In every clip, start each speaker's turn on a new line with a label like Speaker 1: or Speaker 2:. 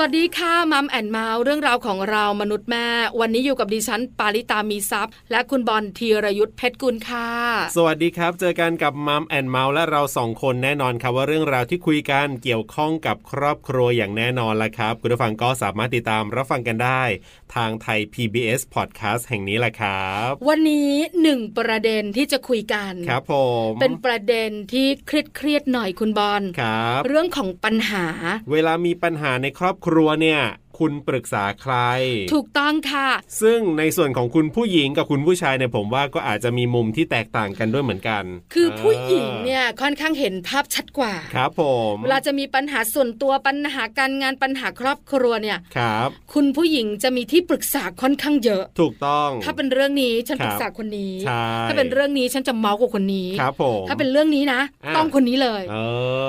Speaker 1: สวัสดีค่ะมัมแอนเมาส์เรื่องราวของเรามนุษย์แม่ วันนี้อยู่กับดิฉัน ปาริตามีซัพย์ และคุณบอลธีรยุทธเพชรกุลค่ะ
Speaker 2: สวัสดีครับ เจอกันกับมัมแอนเมาส์และเราสองคนแน่นอนครับว่าเรื่องราวที่คุยกันเกี่ยวข้องกับครอบครัวอย่างแน่นอนละครับ คุณผู้ฟังก็สามารถติดตามรับฟังกันได้ ทางไทย PBS Podcast แห่งนี้แหละครับ
Speaker 1: วันนี้หนึ่งประเด็นที่จะคุยกัน
Speaker 2: ครับผม
Speaker 1: เป็นประเด็นที่เครียดเครียดๆหน่อยคุณบอล
Speaker 2: ครับ
Speaker 1: เรื่องของปัญหา
Speaker 2: เวลามีปัญหาในครอบครัวเนี่ย คุณปรึกษาใคร
Speaker 1: ถูกต้องค่ะ
Speaker 2: ซึ่งในส่วนของคุณผู้หญิงกับคุณผู้ชายเนี่ยผมว่าก็อาจจะมีมุมที่แตกต่างกันด้วยเหมือนกัน
Speaker 1: คือผู้หญิงเนี่ยค่อนข้างเห็นภาพชัดกว่า
Speaker 2: ครับผม
Speaker 1: เวลาจะมีปัญหาส่วนตัวปัญหาการงานปัญหาครอบครัวเนี่ย
Speaker 2: ครับ
Speaker 1: คุณผู้หญิงจะมีที่ปรึกษาค่อนข้างเยอะ
Speaker 2: ถูกต้อง
Speaker 1: ถ้าเป็นเรื่องนี้ฉัน
Speaker 2: ครับ
Speaker 1: ปรึกษาคนนี้
Speaker 2: ใช่
Speaker 1: ถ้าเป็นเรื่องนี้ฉันจะเมาส์กับคนนี้
Speaker 2: ครับผม
Speaker 1: ถ้าเป็นเรื่องนี้นะ
Speaker 2: อ่า
Speaker 1: ต้องคนนี้เลย
Speaker 2: เอ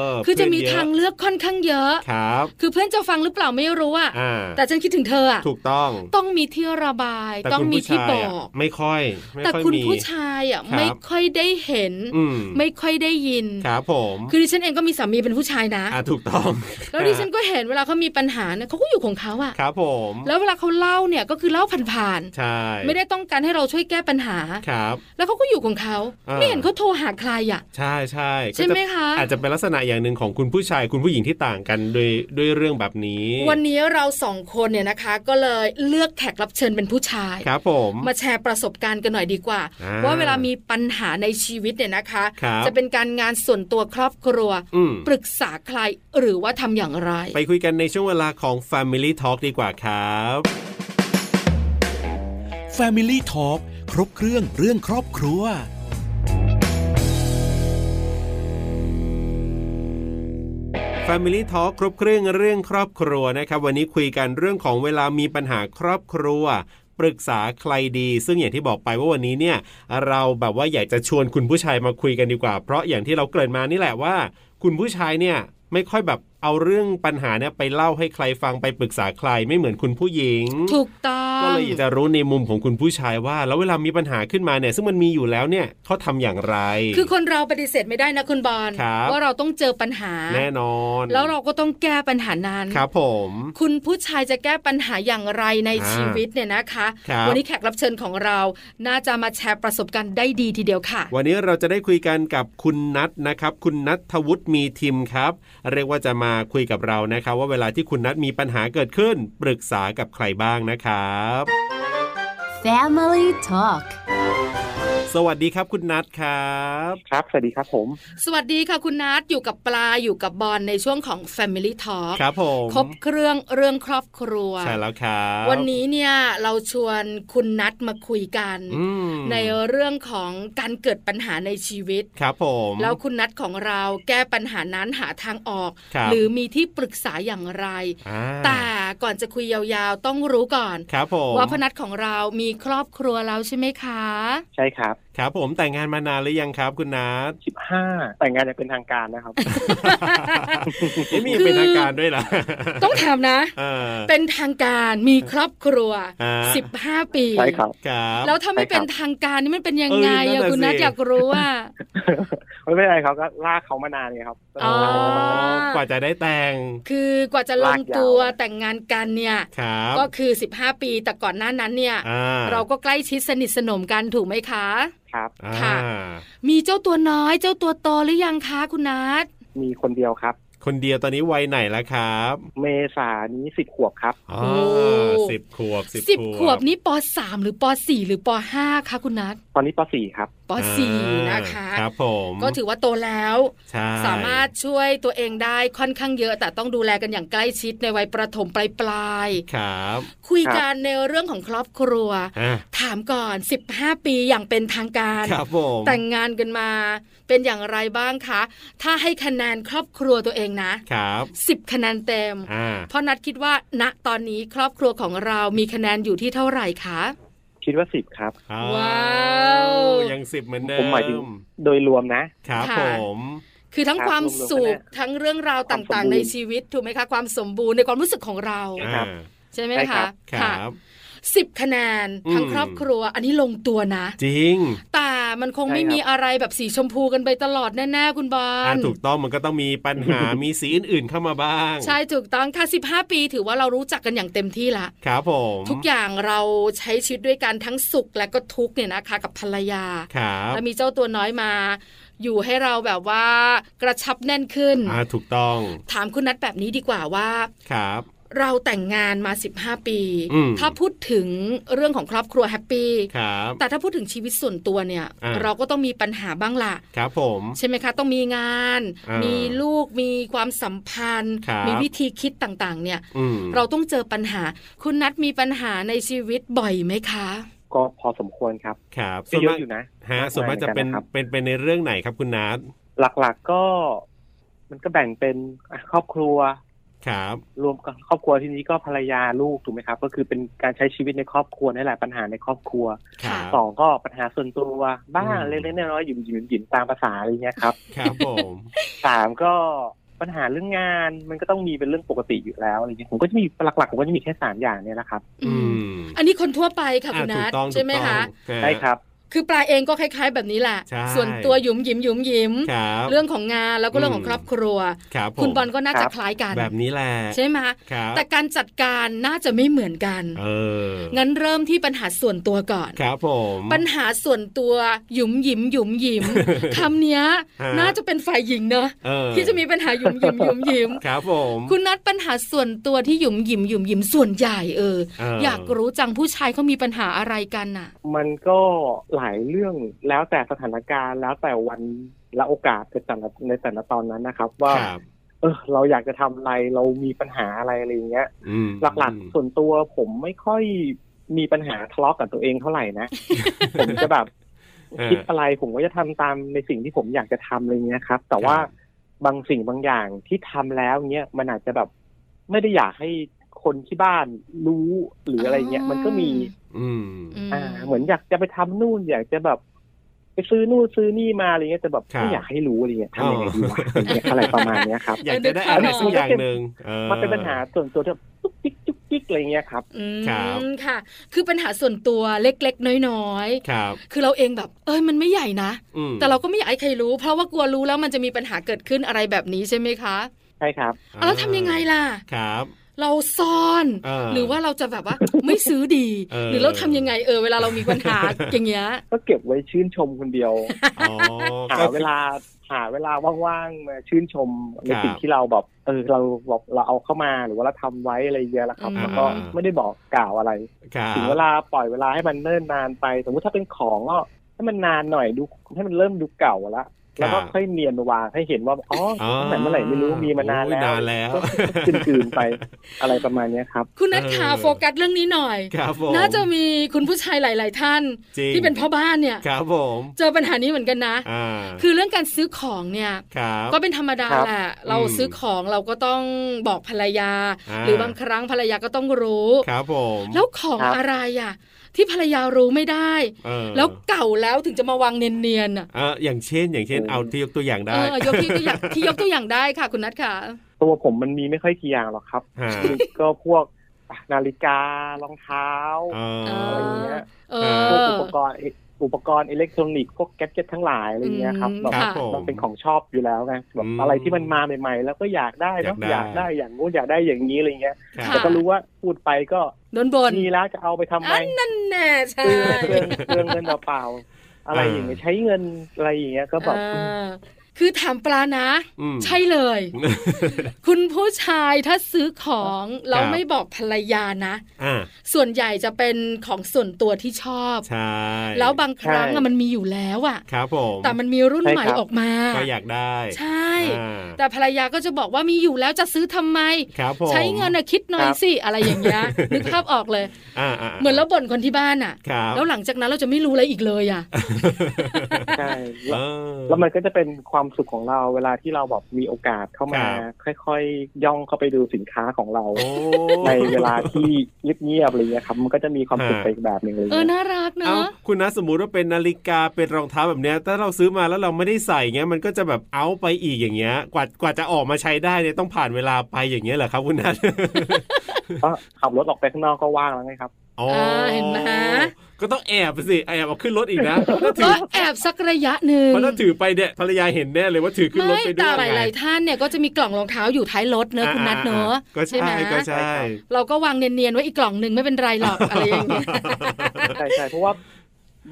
Speaker 2: อ
Speaker 1: คือจะมี
Speaker 2: เพื่นเย
Speaker 1: ทางเลือกค่อนข้างเยอะ
Speaker 2: ครับ
Speaker 1: คือเพื่อนจะฟังหรือเปล่าไม่รู้อะ
Speaker 2: อ่า
Speaker 1: แต่ฉันคิดถึงเธออะ
Speaker 2: ถูกต้อง
Speaker 1: ต้องมีที่ระบาย ต้อง
Speaker 2: คุณ
Speaker 1: มี
Speaker 2: ผู้
Speaker 1: ที่
Speaker 2: ชา
Speaker 1: บ
Speaker 2: ย
Speaker 1: อะ ก
Speaker 2: ไม่ค่อยไม่
Speaker 1: แต่
Speaker 2: อย
Speaker 1: คุณ
Speaker 2: มี
Speaker 1: ผู้ชายอะ
Speaker 2: ครับ
Speaker 1: ไม่ค่อยได้เห็น
Speaker 2: อืม
Speaker 1: ไม่ค่อยได้ยิน
Speaker 2: ครับผม
Speaker 1: คือดิฉันเองก็มีสามีเป็นผู้ชายนะ
Speaker 2: อ่าถูกต้อง
Speaker 1: แล้วดิฉันก็เห็นเวลาเขามีปัญหาเนี่ยเขาก็อยู่ของเขาอะ
Speaker 2: ครับผม
Speaker 1: แล้วเวลาเขาเล่าเนี่ยก็คือเล่าผ่าน
Speaker 2: ใช่
Speaker 1: ๆ ไม่ได้ต้องการให้เราช่วยแก้ปัญหา
Speaker 2: ครับ
Speaker 1: แล้วเขาก็อยู่ของเขา
Speaker 2: อ่า
Speaker 1: ไม่เห็นเขาโทรหาใครอะ
Speaker 2: ใช่ใช่
Speaker 1: ใช่ไหม
Speaker 2: ก็จ
Speaker 1: คะ
Speaker 2: อาจจะเป็นลักษณะอย่างหนึ่งของคุณผู้ชายคุณผู้หญิงที่ต่างกันด้วยด้วยเรื่องแบบนี้
Speaker 1: วันนี้เราสองคนเนี่ยนะคะ ก็เลยเลือกแขกรับเชิญเป็นผู้ชาย
Speaker 2: ครับผม
Speaker 1: มาแชร์ประสบการณ์กันหน่อยดีกว่า
Speaker 2: อ่า
Speaker 1: ว่าเวลามีปัญหาในชีวิตเนี่ยนะคะ
Speaker 2: ครับ
Speaker 1: จะเป็นการงานส่วนตัวครอบครัว
Speaker 2: อืม
Speaker 1: ปรึกษาใครหรือว่าทำอย่างไร
Speaker 2: ไปคุยกันในช่วงเวลาของ Family Talk ดีกว่าครับ
Speaker 3: Family Talk ครบเครื่องเรื่องครอบครัว
Speaker 2: Family Talk ครบเครื่องเรื่องครอบครัวนะครับ วันนี้คุยกันเรื่องของเวลามีปัญหาครอบครัว ปรึกษาใครดี ซึ่งอย่างที่บอกไปว่าวันนี้เนี่ย เราแบบว่าอยากจะชวนคุณผู้ชายมาคุยกันดีกว่า เพราะอย่างที่เราเกริ่นมานี่แหละว่า คุณผู้ชายเนี่ยไม่ค่อยแบบเอาเรื่องปัญหาเนี่ยไปเล่าให้ใครฟังไปปรึกษาใครไม่เหมือนคุณผู้หญิง
Speaker 1: ถูกต้อง
Speaker 2: ก็เลยอยากจะรู้ในมุมของคุณผู้ชายว่า แล้วเวลามีปัญหาขึ้นมาเนี่ยซึ่งมันมีอยู่แล้วเนี่ยเขาทำอย่างไร
Speaker 1: คือคนเราปฏิเสธไม่ได้นะคุณบอล
Speaker 2: ครับ
Speaker 1: ว่าเราต้องเจอปัญหา
Speaker 2: แน่นอน
Speaker 1: แล้วเราก็ต้องแก้ปัญหานั้น
Speaker 2: ครับผม
Speaker 1: คุณผู้ชายจะแก้ปัญหาอย่างไรใน
Speaker 2: อ่า
Speaker 1: ชีวิตเนี่ยนะคะ
Speaker 2: ครับ
Speaker 1: วันี้แขกรับเชิญของเรา น่าจะมาแชร์ประสบการณ์ได้ดีทีเดียวค่ะ
Speaker 2: วันนี้เราจะได้คุยกันกับคุณนัทนะครับ คุณนัทธวุฒิมีทิมครับ เรียกว่าจะมาคุยกับเรานะครับ ว่าเวลาที่คุณนัทมีปัญหาเกิดขึ้น ปรึกษากับใครบ้างนะครับ
Speaker 4: Family Talk
Speaker 2: สวัสดีครับคุณนัทครับ
Speaker 5: ครับ สวัสดีครับผม
Speaker 1: สวัสดีค่ะคุณนัทอยู่กับปลาอยู่กับบอลในช่วงของ Family Talk
Speaker 2: ครับผม
Speaker 1: ครบเครื่องเรื่องครอบครัว
Speaker 2: ใช่แล้วครับ
Speaker 1: วันนี้เนี่ยเราชวนคุณนัทมาคุยกัน
Speaker 2: อืม
Speaker 1: ในเรื่องของการเกิดปัญหาในชีวิต
Speaker 2: ครับผม
Speaker 1: แล้วคุณนัทของเราแก้ปัญหานั้นหาทางออก
Speaker 2: ครับ
Speaker 1: หรือมีที่ปรึกษาอย่างไร
Speaker 2: อ่า
Speaker 1: แต่ก่อนจะคุยยาวๆ ต้องรู้ก่อน
Speaker 2: ครับผม
Speaker 1: ว่าพนัทของเรามีครอบครัวแล้วใช่ไหมคะ
Speaker 5: ใช่ครับ
Speaker 2: ครับผมแต่งงานมานานหรือยังครับ คุณนั ท
Speaker 5: สิบห้าแต่งงานอย่างเป็นทางการนะครับ
Speaker 2: เอ๊ะมีเป็นทางการด้วยล่ะ
Speaker 1: ต้องถามนะ
Speaker 2: เออ
Speaker 1: เป็นทางการมีครอบครัว
Speaker 2: อ่า
Speaker 1: 15 ปี
Speaker 5: ใช่ครับ
Speaker 2: ครับ
Speaker 1: แล้วถ้าไม่
Speaker 5: ใช่ครับ
Speaker 1: เป็นทางการนี่มันเป็นยังไง
Speaker 2: เออนั่น
Speaker 1: อะ
Speaker 2: น่ะ
Speaker 1: คุณนัท
Speaker 2: สิ
Speaker 1: อยากรู้อ่ะ
Speaker 5: ไม่เป็นไรครับก็ลากเขามานานไงครับ
Speaker 1: อ๋อ
Speaker 2: กว่าจะได้แต่ง
Speaker 1: คือกว่าจะลงตัว
Speaker 5: ลากยาว
Speaker 1: แต่งงานกันเนี่ย
Speaker 2: ครับ
Speaker 1: ก็คือ 15 ปีแต่ก่อนหน้านั้นเนี่ย
Speaker 2: อ่า
Speaker 1: เราก็ใกล้ชิดสนิทสนมกันถูกไหมคะ
Speaker 5: ครับ
Speaker 2: อ่า
Speaker 1: ค่ะ มีเจ้าตัวน้อยเจ้าตัวโตหรือยังคะคุณนัท
Speaker 5: มีคนเดียวครับ
Speaker 2: คนเดียวตอนนี้วัยไหนแล้วครับ
Speaker 5: เมษายนนี้สิบขวบครับ
Speaker 2: อ่าสิบขวบสิบ
Speaker 1: สิบขวบนี้ปสามหรือปสี่หรือปห้าคะคุณนัท
Speaker 5: ตอนนี้ปสี่ครับ
Speaker 1: ป
Speaker 2: อ่า
Speaker 1: สี่นะคะ
Speaker 2: ครับผม
Speaker 1: ก็ถือว่าโตแล้ว
Speaker 2: ใช่
Speaker 1: สามารถช่วยตัวเองได้ค่อนข้างเยอะ แต่ต้องดูแลกันอย่างใกล้ชิดในวัยประถมปลายปลายๆ
Speaker 2: ครับ
Speaker 1: คุยกันในเรื่องของครอบครัว
Speaker 2: อ่ะ
Speaker 1: ถามก่อน 15 ปีอย่างเป็นทางการ
Speaker 2: ครับผม
Speaker 1: แต่งงานกันมาเป็นอย่างไรบ้างคะ ถ้าให้คะแนนครอบครัวตัวเองนะครับ 10คะแนนเต็ม
Speaker 2: อ่า
Speaker 1: เพราะนัดคิดว่าณตอนนี้ครอบครัวของเรามีคะแนนอยู่ที่เท่าไหร่คะ
Speaker 5: คิดว่าสิบครับ
Speaker 1: ว้าว
Speaker 2: ยังสิบเหมือนเดิม
Speaker 5: ผมหมายถึงโดยรวมนะ
Speaker 2: ครับ
Speaker 1: ค่ะ
Speaker 2: ผม
Speaker 1: คือทั้ง
Speaker 5: ครับ
Speaker 1: ความ
Speaker 5: รวมๆ
Speaker 1: สุข
Speaker 5: คะแนน
Speaker 1: ทั้งเรื่องราว
Speaker 5: ความ
Speaker 1: ต่าง
Speaker 5: สมบู
Speaker 1: ๆ
Speaker 5: รณ์
Speaker 1: ในชีวิตถูกไหมคะ ความสมบูรณ์ในความรู้สึกของเรา
Speaker 5: ครับ
Speaker 1: ใช่ไหม
Speaker 5: ใช่ครั
Speaker 1: คะ
Speaker 5: บ
Speaker 2: ครับ
Speaker 1: 10 คะแนนทั้ง
Speaker 2: อืม
Speaker 1: ครอบครัว อันนี้ลงตัวนะ
Speaker 2: จริง
Speaker 1: แต่มันคงไม่
Speaker 5: ใช่ครับ
Speaker 1: มีอะไรแบบสีชมพูกันไปตลอดแน่ๆคุณบอ
Speaker 2: อ่ะ
Speaker 1: ล
Speaker 2: ถูกต้องมันก็ต้องมีปัญ หา มีสีอื่นๆเข้ามาบ้าง
Speaker 1: ใช่ถูกต้องค่ะ15 ปีถือว่าเรารู้จักกันอย่างเต็มที่ละ
Speaker 2: ครับผม
Speaker 1: ทุกอย่างเราใช้ชีวิตด้วยกันทั้งสุขและก็ทุกข์เนี่ยนะคะ กับภรรยา
Speaker 2: ครับ
Speaker 1: แล้วมีเจ้าตัวน้อยมา อยู่ให้เราแบบว่ากระชับแน่นขึ้น
Speaker 2: อ่ะถูกต้อง
Speaker 1: ถามคุณนัทแบบนี้ดีกว่าว่า
Speaker 2: ครับ
Speaker 1: เราแต่งงานมา 15 ปี
Speaker 2: อืม
Speaker 1: ถ้าพูดถึงเรื่องของครอบครัวแฮปปี้
Speaker 2: ครับ
Speaker 1: แต่ถ้าพูดถึงชีวิตส่วนตัวเนี่ย
Speaker 2: อ่า
Speaker 1: เราก็ต้องมีปัญหาบ้างล่ะ
Speaker 2: ครับผม
Speaker 1: ใช่ไหมคะ ต้องมีงาน
Speaker 2: อ่ามี
Speaker 1: มีลูกมีความสัมพันธ์
Speaker 2: ครับ
Speaker 1: มีวิธีคิดต่างๆ เนี่ย
Speaker 2: อืม
Speaker 1: เราต้องเจอปัญหา คุณนัทมีปัญหาในชีวิตบ่อยไหมคะ
Speaker 5: ก็พอสมควรครับ
Speaker 2: ครับ
Speaker 5: ก็
Speaker 2: ส่วน
Speaker 5: เย
Speaker 2: มา
Speaker 5: อะ
Speaker 2: ก
Speaker 5: อยู่นะ
Speaker 2: ฮะส่วนมากจะเป็น
Speaker 5: หมือกัครับ
Speaker 2: เป็นเป็นในเรื่องไหนครับคุณนัท
Speaker 5: หลักๆก็ มันก็แบ่งเป็นอ่ะครอบครัว
Speaker 2: ครับ
Speaker 5: รวมกับครอบครัวที่นี้ก็ภรรยาลูกถูกไหมครับ ก็คือเป็นการใช้ชีวิตในครอบครัวนี่แหละปัญหาในครอบครัว
Speaker 2: ครับ
Speaker 5: สองก็ปัญหาส่วนตัว บ้าง
Speaker 2: อืม
Speaker 5: เล็กๆน้อยๆหยุ่มหยิมหยิมตามภาษาอะไรเงี้ยครับ
Speaker 2: ครับผม
Speaker 5: สามก็ปัญหาเรื่องงานมันก็ต้องมีเป็นเรื่องปกติอยู่แล้วอะไรเงี้ยผมก็จะมีหลักๆผมก็จะมีแค่สามอย่างเนี่ยแหละครับ
Speaker 1: อื
Speaker 2: อื
Speaker 1: ม
Speaker 2: ม
Speaker 1: อันนี้คนทั่วไปค่ะ
Speaker 2: อ่ะ
Speaker 1: คุณ
Speaker 2: ถู
Speaker 1: นั
Speaker 2: ก
Speaker 1: ท
Speaker 2: ต้องถูกต้อง
Speaker 1: ใช่ไหมคะ
Speaker 2: ฮะ
Speaker 5: ใช่ครับ
Speaker 1: คือปลาเองก็คล้าย ๆ แบบนี้แหละ
Speaker 2: ใช่
Speaker 1: ส่วนตัวหยุมหยิมหยุมหยิม
Speaker 2: ครับ
Speaker 1: เรื่องของงานแล้วก็เรื่องของ
Speaker 2: อื
Speaker 1: ค
Speaker 2: ม
Speaker 1: รอบครัว
Speaker 2: ครับผม
Speaker 1: คุณบอลก็น่า
Speaker 5: ค
Speaker 1: จะ
Speaker 5: รับ
Speaker 1: คล้ายกัน
Speaker 2: แบบนี้แหละ
Speaker 1: ใช่ไหม
Speaker 2: ครับ
Speaker 1: แต่การจัดการน่าจะไม่เหมือนกัน
Speaker 2: เออ
Speaker 1: งั้นเริ่มที่ปัญหาส่วนตัวก่อน
Speaker 2: ครับผม
Speaker 1: ปัญหาส่วนตัวหยุมหยิมหยุมหยิม คำเนี้ย
Speaker 2: ฮะ
Speaker 1: น่าจะเป็นฝ่ายหญิงเนอะ
Speaker 2: เออ
Speaker 1: ที่จะมีปัญหาหยุมหยิมหยุมหยิม
Speaker 2: ครับผม
Speaker 1: คุณนัดปัญหาส่วนตัวที่หยุมหยิมหยุมหยิมส่วนใหญ่เออ
Speaker 2: เ
Speaker 1: อยากรู้จังผู้ชายเขามีปัญหาอะไรกันน่ะ
Speaker 5: มันก็หลายเรื่องแล้วแต่สถานการณ์แล้วแต่วันและโอกาสในแต่ละในแต่ละตอนนั้นนะครับ ว่า
Speaker 2: ครับ
Speaker 5: เออเราอยากจะทำอะไรเรามีปัญหาอะไรอะไรอย่างเงี้ย
Speaker 2: อืม
Speaker 5: หลักๆส่วนตัวผมไม่ค่อยมีปัญหาทะเลาะกับตัวเองเท่าไหร่ นะ ผมจะแบบ
Speaker 2: เออ
Speaker 5: คิดอะไรผมก็จะทำตามในสิ่งที่ผมอยากจะทำอะไรเงี้ยครับ แต่ว่า
Speaker 2: ครับ
Speaker 5: บางสิ่งบางอย่างที่ทำแล้วเนี้ยมันอาจจะแบบไม่ได้อยากให้คนที่บ้านรู้หรืออะไรเงี้ย
Speaker 1: อ๋อ
Speaker 5: มันก็มี
Speaker 2: อืม
Speaker 1: ม
Speaker 5: อ่าเหมือนอยากจะไปทำนู่น อยากจะแบบไปซื้อนู่นซื้อนี่มาอะไรเงี้ยแต่แบบไม่อยากให้รู้อะไรเงี้ยทำยังไงดีวะอะไรเงี้ยอะไรประมาณเนี้ยครับ
Speaker 2: อยากจะได้อะ
Speaker 1: เออ
Speaker 2: ไร
Speaker 1: นึกภาพออก
Speaker 2: สักอย่างหนึ่งออ
Speaker 5: มันเป็นปัญหาส่วนตัวที่แบบจุ๊กจิ๊กจุ๊กจิ๊กอะไรเงี้ยครับ
Speaker 1: อื
Speaker 2: ครับ
Speaker 1: มค่ะ คือปัญหาส่วนตัวเล็กๆ น้อย
Speaker 2: ครับ
Speaker 1: ๆ คือเราเองแบบ เอ้ยมันไม่ใหญ่นะ
Speaker 2: อืม
Speaker 1: แต่เราก็ไม่อยากให้ใครรู้ เพราะว่ากลัวรู้แล้วมันจะมีปัญหาเกิดขึ้นอะไรแบบนี้ใช่ไหมคะ
Speaker 5: ใช่ครับ
Speaker 1: อ่ะแล้วทำยังไงล่ะ
Speaker 2: ครับ
Speaker 1: เราซ่อน
Speaker 2: เออ
Speaker 1: หรือว่าเราจะแบบว่า ไม่ซื้อดี
Speaker 2: เออ
Speaker 1: หรือเราทำยังไงเออเวลาเรามีปั ญหา อย่างเงี้ย
Speaker 5: ก็เก็บไว้ชื่นชมคนเดียว
Speaker 2: อ๋อ
Speaker 5: หา
Speaker 2: ก็
Speaker 5: เวลาหาเวลาว่างๆมาชื่นชมใน
Speaker 2: ค
Speaker 5: สิ่ง
Speaker 2: รับ
Speaker 5: ที่เราแบบเออเราแบบเราเอาเข้ามาหรือว่าเราทำไว้อะไรเยอะแล้วครับ
Speaker 1: อืม
Speaker 5: แล้วก็ไม่ได้บอกกล่าวอะไร
Speaker 2: ครับ
Speaker 5: ถึงเวลาปล่อยเวลาให้มันเนิ่นนานไป สมมติถ้าเป็นของก็ให้มันนานหน่อยดูให้มันเริ่มดูเก่าละ
Speaker 2: ครับ
Speaker 5: แล้วก็ค่อยเนียนวางให้เห็นว่าอ๋อ
Speaker 2: อ๋อ
Speaker 5: ตั้งแต่เมื่อไหร่ไม่รู้มีมานาน
Speaker 2: โอ้ย
Speaker 5: แล้ว
Speaker 2: นานแล้ว
Speaker 5: ก็ก็กลืนๆไปอะไรประมาณเนี้ยครับ
Speaker 1: คุณนัทขา
Speaker 2: เออ
Speaker 1: โฟกัสเรื่องนี้หน่อย
Speaker 2: ครับผม
Speaker 1: น่าจะมีคุณผู้ชายหลาย ๆ ท่าน
Speaker 2: จริง
Speaker 1: ที่เป็นพ่อบ้านเนี่ย
Speaker 2: ครับผม
Speaker 1: เจอปัญหานี้เหมือนกันนะ
Speaker 2: อ่า
Speaker 1: คือเรื่องการซื้อของเนี่ย
Speaker 2: ครับ
Speaker 1: ก็เป็นธรรมดา
Speaker 5: ครับ
Speaker 1: แหละ เรา
Speaker 2: อืม
Speaker 1: ซื้อของเราก็ต้องบอกภรรยา
Speaker 2: อ่า
Speaker 1: หรือบางครั้งภรรยาก็ต้องรู้
Speaker 2: ครับผม
Speaker 1: แล้วของ
Speaker 5: ครับ
Speaker 1: อะไรอ่ะ ที่ภรรยารู้ไม่ได้
Speaker 2: เออ
Speaker 1: แล้วเก่าแล้วถึงจะมาวางเนียนๆอ่ะ
Speaker 2: เอออย่างเช่นอย่างเช่น
Speaker 5: โอ้
Speaker 2: เอาที่ยกตัวอย่าง
Speaker 1: เอ
Speaker 2: ได้
Speaker 1: อยกที่ตัวอย่างที่ยกตัวอย่างได้ค่ะคุณนัทค่ะ
Speaker 5: ตัวผมมันมีไม่ค่อยกี่อย่างหรอกครับ
Speaker 2: ฮะ
Speaker 5: ก็พวกนาฬิการองเท้า
Speaker 2: เอ
Speaker 1: เอ
Speaker 2: อ
Speaker 5: อะไรอย่าง
Speaker 1: อ
Speaker 5: เงี้ย
Speaker 1: เออ
Speaker 5: พวกอุปกรณ์เออุปกรณ์อิเล็กทรอนิกส์พวกแก๊จเจ็ตทั้งหลายอะไรเงี้ยครับ
Speaker 1: อืม
Speaker 5: แบบ
Speaker 1: ค่ะ
Speaker 5: มันเป็นของชอบอยู่แล้วไงแบบ
Speaker 2: อืม
Speaker 5: อะไรที่มันมาใหม่ ๆ แล้วก็อยากได้เนอะอ
Speaker 2: อาย
Speaker 5: ยาก ก
Speaker 2: ได้
Speaker 5: ได้อย่างงู้นอยากได้อย่างนี้อะไรเงี้ย
Speaker 2: ค
Speaker 1: ค่ะ
Speaker 5: แต่
Speaker 2: รับ
Speaker 5: ก็รู้ว่าพูดไปก็
Speaker 1: โดนบน
Speaker 5: มีแล้วจะเอาไปทำไม
Speaker 1: อันนั่นแน่ใช่
Speaker 5: เปลืองเปลืองเปลืองเงินเปล่าๆอะไรอย่างเงี้ยใช้เงินอะไรอย่างเงี้ยก็แบบ
Speaker 1: เออคือถามปลานะ
Speaker 2: อืม
Speaker 1: ใช่เลย คุณผู้ชายถ้าซื้อของแล้ว
Speaker 2: ครับ
Speaker 1: ไม่บอกภรรยานะ
Speaker 2: อ่า
Speaker 1: ส่วนใหญ่จะเป็นของส่วนตัวที่ชอบ
Speaker 2: ใช่
Speaker 1: แล้วบางครั้งอะมันมีอยู่แล้วอะ
Speaker 2: ครับผม
Speaker 1: แต่มันมีรุ่นใหม่ออกมา
Speaker 2: ก็อยากได้
Speaker 1: ใช่
Speaker 2: อ่า
Speaker 1: แต่ภรรยาก็จะบอกว่ามีอยู่แล้วจะซื้อทำไม
Speaker 2: ครับผม
Speaker 1: ใช้เงินอะคิดหน่อยสิ อะไรอย่างเงี้ยนึกภาพออกเลย
Speaker 2: อ่าา
Speaker 1: เหมือนเราบ่นคนที่บ้านอะ
Speaker 2: ครับ
Speaker 1: แล้วหลังจากนั้นเราจะไม่รู้อะไรอีกเลยอะ
Speaker 5: ใช่
Speaker 2: เออ
Speaker 5: แล้วแล้วมันก็จะเป็นความสุขของเราเวลาที่เราแบบมีโอกาสเข้ามา
Speaker 2: ครับ
Speaker 5: ค่อยๆ ย่องเข้าไปดูสินค้าของเรา
Speaker 2: โอ้
Speaker 5: ในเวลาที่เงียบๆอะไรเงี้ยครับ มันก็จะมีความสุข
Speaker 2: ฮะ
Speaker 5: ไปอีกแบบหนึ่งเลย
Speaker 1: เออน่ารักเน
Speaker 2: เอา
Speaker 1: อะ
Speaker 2: คุณนะสมมุติว่าเป็นนาฬิกาเป็นรองเท้าแบบเนี้ยถ้าเราซื้อมาแล้วเราไม่ได้ใส่เงี้ยมันก็จะแบบเอาไปอีกอย่างเงี้ย กว่ากว่าจะออกมาใช้ได้เนี่ย ต้องผ่านเวลาไปอย่างเงี้ยเหรอครับคุณนัท
Speaker 5: ก็ขับรถออกไปข้างนอกก็ว่างแล้วไงครับ
Speaker 2: อ๋อ
Speaker 1: เห็นไหม
Speaker 2: ก็ต้องแอบสิแอบเอาขึ้นรถอีกนะเพราะถ้าถื
Speaker 1: ก็
Speaker 2: อ
Speaker 1: แอบสักระยะหนึ่ง
Speaker 2: เพราะถ้าถือไปเนี่ยภรรยาเห็นแน่เลยว่าถือขึ้นรถ
Speaker 1: ไม่
Speaker 2: ไปด้
Speaker 1: แต่
Speaker 2: วย
Speaker 1: ห
Speaker 2: ไง
Speaker 1: ลายๆท่านเนี่ยก็จะมีกล่องรองเท้าอยู่ท้ายรถเนอะคุณนัทเนอะ
Speaker 2: าๆก็ใช่
Speaker 1: ไหม
Speaker 2: ก็ใช่
Speaker 1: เราก็วางเนียนๆไว้อีกกล่องหนึ่งไม่เป็นไรหรอกอะไรอย่างเงี้ย
Speaker 5: ใช่ใช่เพราะว่า